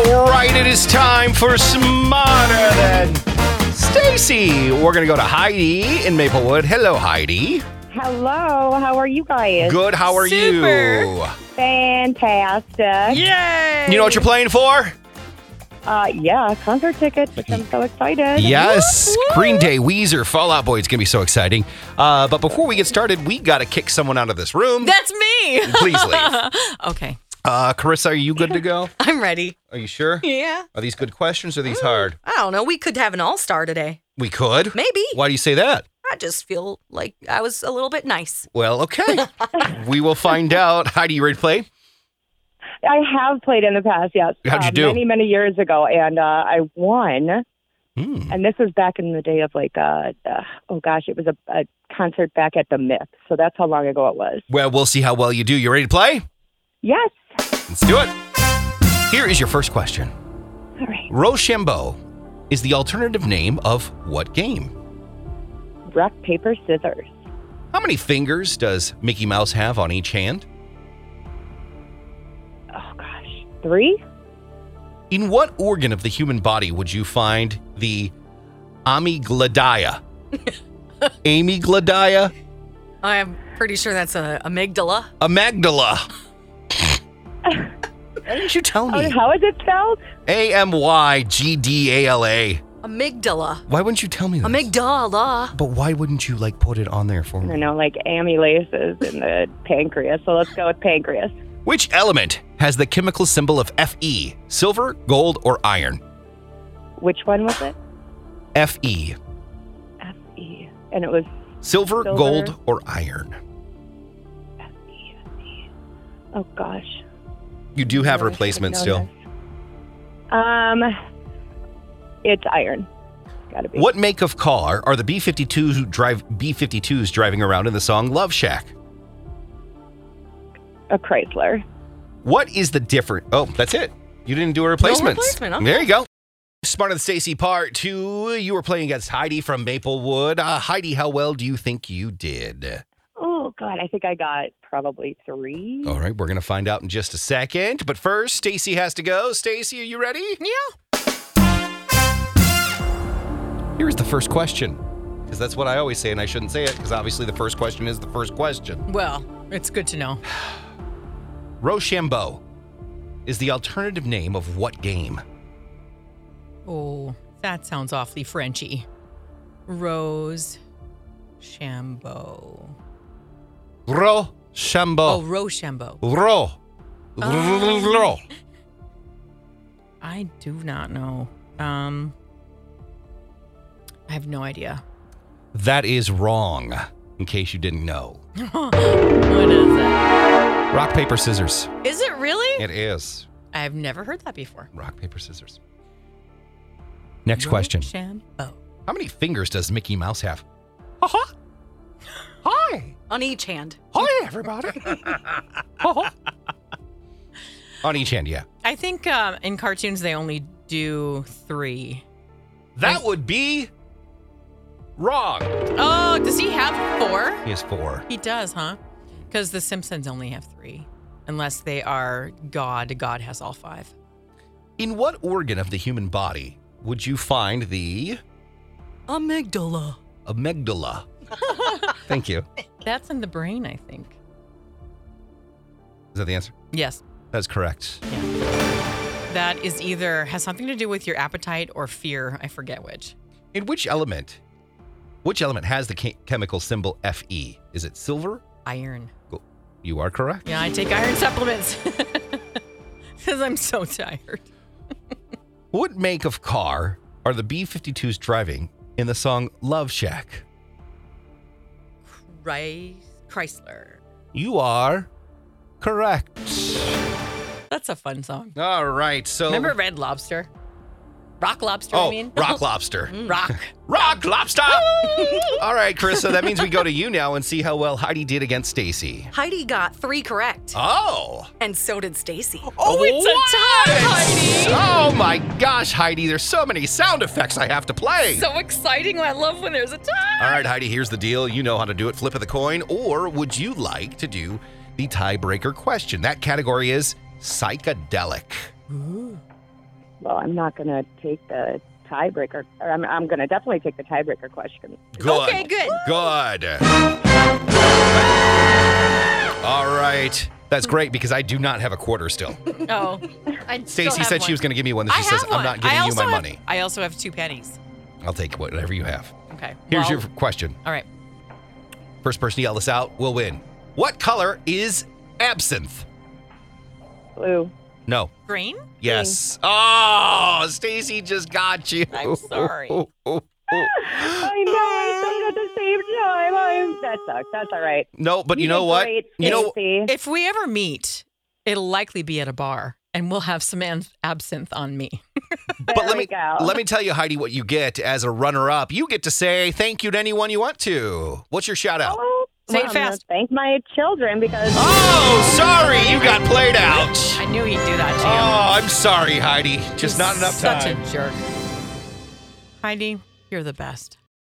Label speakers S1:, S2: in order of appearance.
S1: it is time for Smarter Than Stacy. We're going to go to Heidi in Maplewood. Hello, Heidi.
S2: Hello, how are you guys?
S1: Good. How are you?
S3: Super.
S2: Fantastic.
S3: Yay!
S1: You know what you're playing for?
S2: Uh, yeah, concert tickets, which I'm so excited.
S1: Yes,
S3: Whoop, whoop.
S1: Green Day, Weezer, Fall Out Boy. It's going to be so exciting. Uh, but before we get started, we got to kick someone out of this room.
S3: That's me.
S1: Please leave.
S3: okay,
S1: Uh, Carissa, are you good to go?
S3: I'm ready.
S1: Are you sure?
S3: Yeah.
S1: Are these good questions or are these hard?
S3: I don't know. We could have an all star today.
S1: We could.
S3: Maybe.
S1: Why do you say that?
S3: I just feel like I was a little bit nice.
S1: Well, okay. we will find out. Heidi, you ready to play?
S2: I have played in the past, yes.
S1: How'd you
S2: uh,
S1: do?
S2: Many, many years ago, and uh, I won.
S1: Hmm.
S2: And this was back in the day of like, uh, uh, oh gosh, it was a, a concert back at the Myth. So that's how long ago it was.
S1: Well, we'll see how well you do. You ready to play?
S2: Yes.
S1: Let's do it. Here is your first question.
S2: All right.
S1: Rochambeau is the alternative name of what game?
S2: Rock, paper, scissors.
S1: How many fingers does Mickey Mouse have on each hand?
S2: Oh gosh. Three?
S1: In what organ of the human body would you find the amygdala? amygdala?
S3: I'm pretty sure that's a amygdala.
S1: Amygdala. Why didn't you tell
S2: Oh,
S1: me?
S2: how is it spelled?
S1: A M Y G D A L A.
S3: Amygdala.
S1: Why wouldn't you tell me this?
S3: Amygdala.
S1: But why wouldn't you like put it on there for
S2: I
S1: me?
S2: know, like amylases in the pancreas. So let's go with pancreas.
S1: Which element has the chemical symbol of Fe? Silver, gold, or iron?
S2: Which one was it?
S1: Fe.
S2: F E. And it was
S1: Silver,
S2: Silver.
S1: gold, or iron?
S2: oh gosh.
S1: You do have
S2: No, I
S1: replacement
S2: should have
S1: still.
S2: known this. Um it's iron. Gotta be.
S1: What make of car are the B 52s who drive B 52s driving around in the song Love Shack?
S2: A Chrysler.
S1: What is the difference? Oh, that's it. You didn't do a replacement.
S3: replacement, okay.
S1: There you go. Smarter than Stacy part two. You were playing against Heidi from Maplewood. Uh, Heidi, how well do you think you did?
S2: Oh god, I think I got probably three.
S1: All right, we're gonna find out in just a second. But first, Stacy has to go. Stacy, are you ready? Yeah. Here's the first question, because that's what I always say, and I shouldn't say it, because obviously the first question is the first question.
S3: Well, it's good to know.
S1: Rochambeau is the alternative name of what game?
S4: Oh, that sounds awfully Frenchy. Rose Shambo. Oh,
S1: Rochambeau.
S4: Rochambeau.
S1: Ro. Ro.
S4: I do not know. Um I have no idea.
S1: That is wrong, in case you didn't know.
S4: what is that?
S1: Rock, paper, scissors.
S4: Is it really?
S1: It is.
S4: I've never heard that before.
S1: Rock, paper, scissors. Next question.
S4: Rochambeau.
S1: How many fingers does Mickey Mouse have? Uh-huh. Hi.
S3: On each hand.
S1: Hi, everybody. Uh-huh. On each hand, yeah.
S4: I think um, in cartoons they only do three.
S1: That would be wrong.
S4: Oh, does he have four?
S1: He has four.
S4: He does, huh? Because the Simpsons only have three, unless they are God. God has all five.
S1: In what organ of the human body would you find the
S3: Amygdala.
S1: amygdala? Thank you.
S4: That's in the brain, I think.
S1: Is that the answer?
S4: Yes,
S1: That's correct.
S4: that is either has something to do with your appetite or fear. I forget which.
S1: In which element? Which element has the che- chemical symbol Fe? Is it silver?
S4: Iron.
S1: You are correct.
S4: Yeah, I take iron supplements because I'm so tired.
S1: What make of car are the B 52s driving in the song Love Shack?
S4: Rice Chrysler.
S1: You are correct.
S4: That's a fun song.
S1: All right, so.
S4: Remember Red Lobster? Rock Lobster.
S1: Oh,
S4: I mean, Hmm? Mm.
S1: rock lobster.
S4: rock.
S1: Rock lobster! All right, Carissa, that means we go to you now and see how well Heidi did against Stacy.
S3: Heidi got three correct,
S1: Oh.
S3: and so did Stacy.
S4: Oh, it's a tie, Heidi.
S1: Oh my gosh, Heidi, there's so many sound effects I have to play.
S4: So exciting! I love when there's a tie.
S1: All right, Heidi, here's the deal. You know how to do it. Flip of the coin, or would you like to do the tiebreaker question? That category is psychedelic.
S2: Well, I'm not going to take the tiebreaker. Or I'm, I'm going to definitely take the tiebreaker question.
S1: Good.
S4: Okay, good.
S1: Good. All right. That's great because I do not have a quarter still.
S4: Oh,
S5: I still
S1: Stacy
S5: have
S1: said
S5: one.
S1: she was going to give me one. Then
S4: I
S1: she
S4: have
S1: says,
S4: one.
S1: I'm not
S4: I
S1: giving you
S4: also
S1: my
S4: have-
S1: money.
S4: I also have two pennies.
S1: I'll take whatever you have.
S4: Okay.
S1: Here's your
S4: well,
S1: question.
S4: All right.
S1: First person to yell this out will win. What color is absinthe?
S2: Blue.
S1: No.
S4: Green.
S1: Yes. Oh, Stacy just got you.
S4: I'm sorry.
S2: I know. I said it at the same time. I'm, that sucks. That's all right.
S1: No, but you,
S2: You
S1: know
S2: did
S1: what?
S2: great,
S1: you know
S2: Stacy.
S4: If we ever meet, it'll likely be at a bar, and we'll have some an- absinthe on me.
S1: but
S2: There
S1: let
S2: we
S1: me
S2: go.
S1: let me tell you Heidi what you get as a runner up. You get to say thank you to anyone you want to. What's your shout out?
S2: Oh,
S4: Say it
S2: well, I'm gonna
S4: fast.
S2: Thank my children because.
S1: Oh, sorry, you got played out.
S4: I knew he'd do that to you.
S1: Oh, I'm sorry, Heidi. Just
S4: He's
S1: not enough
S4: such
S1: time.
S4: a jerk. Heidi, you're the best.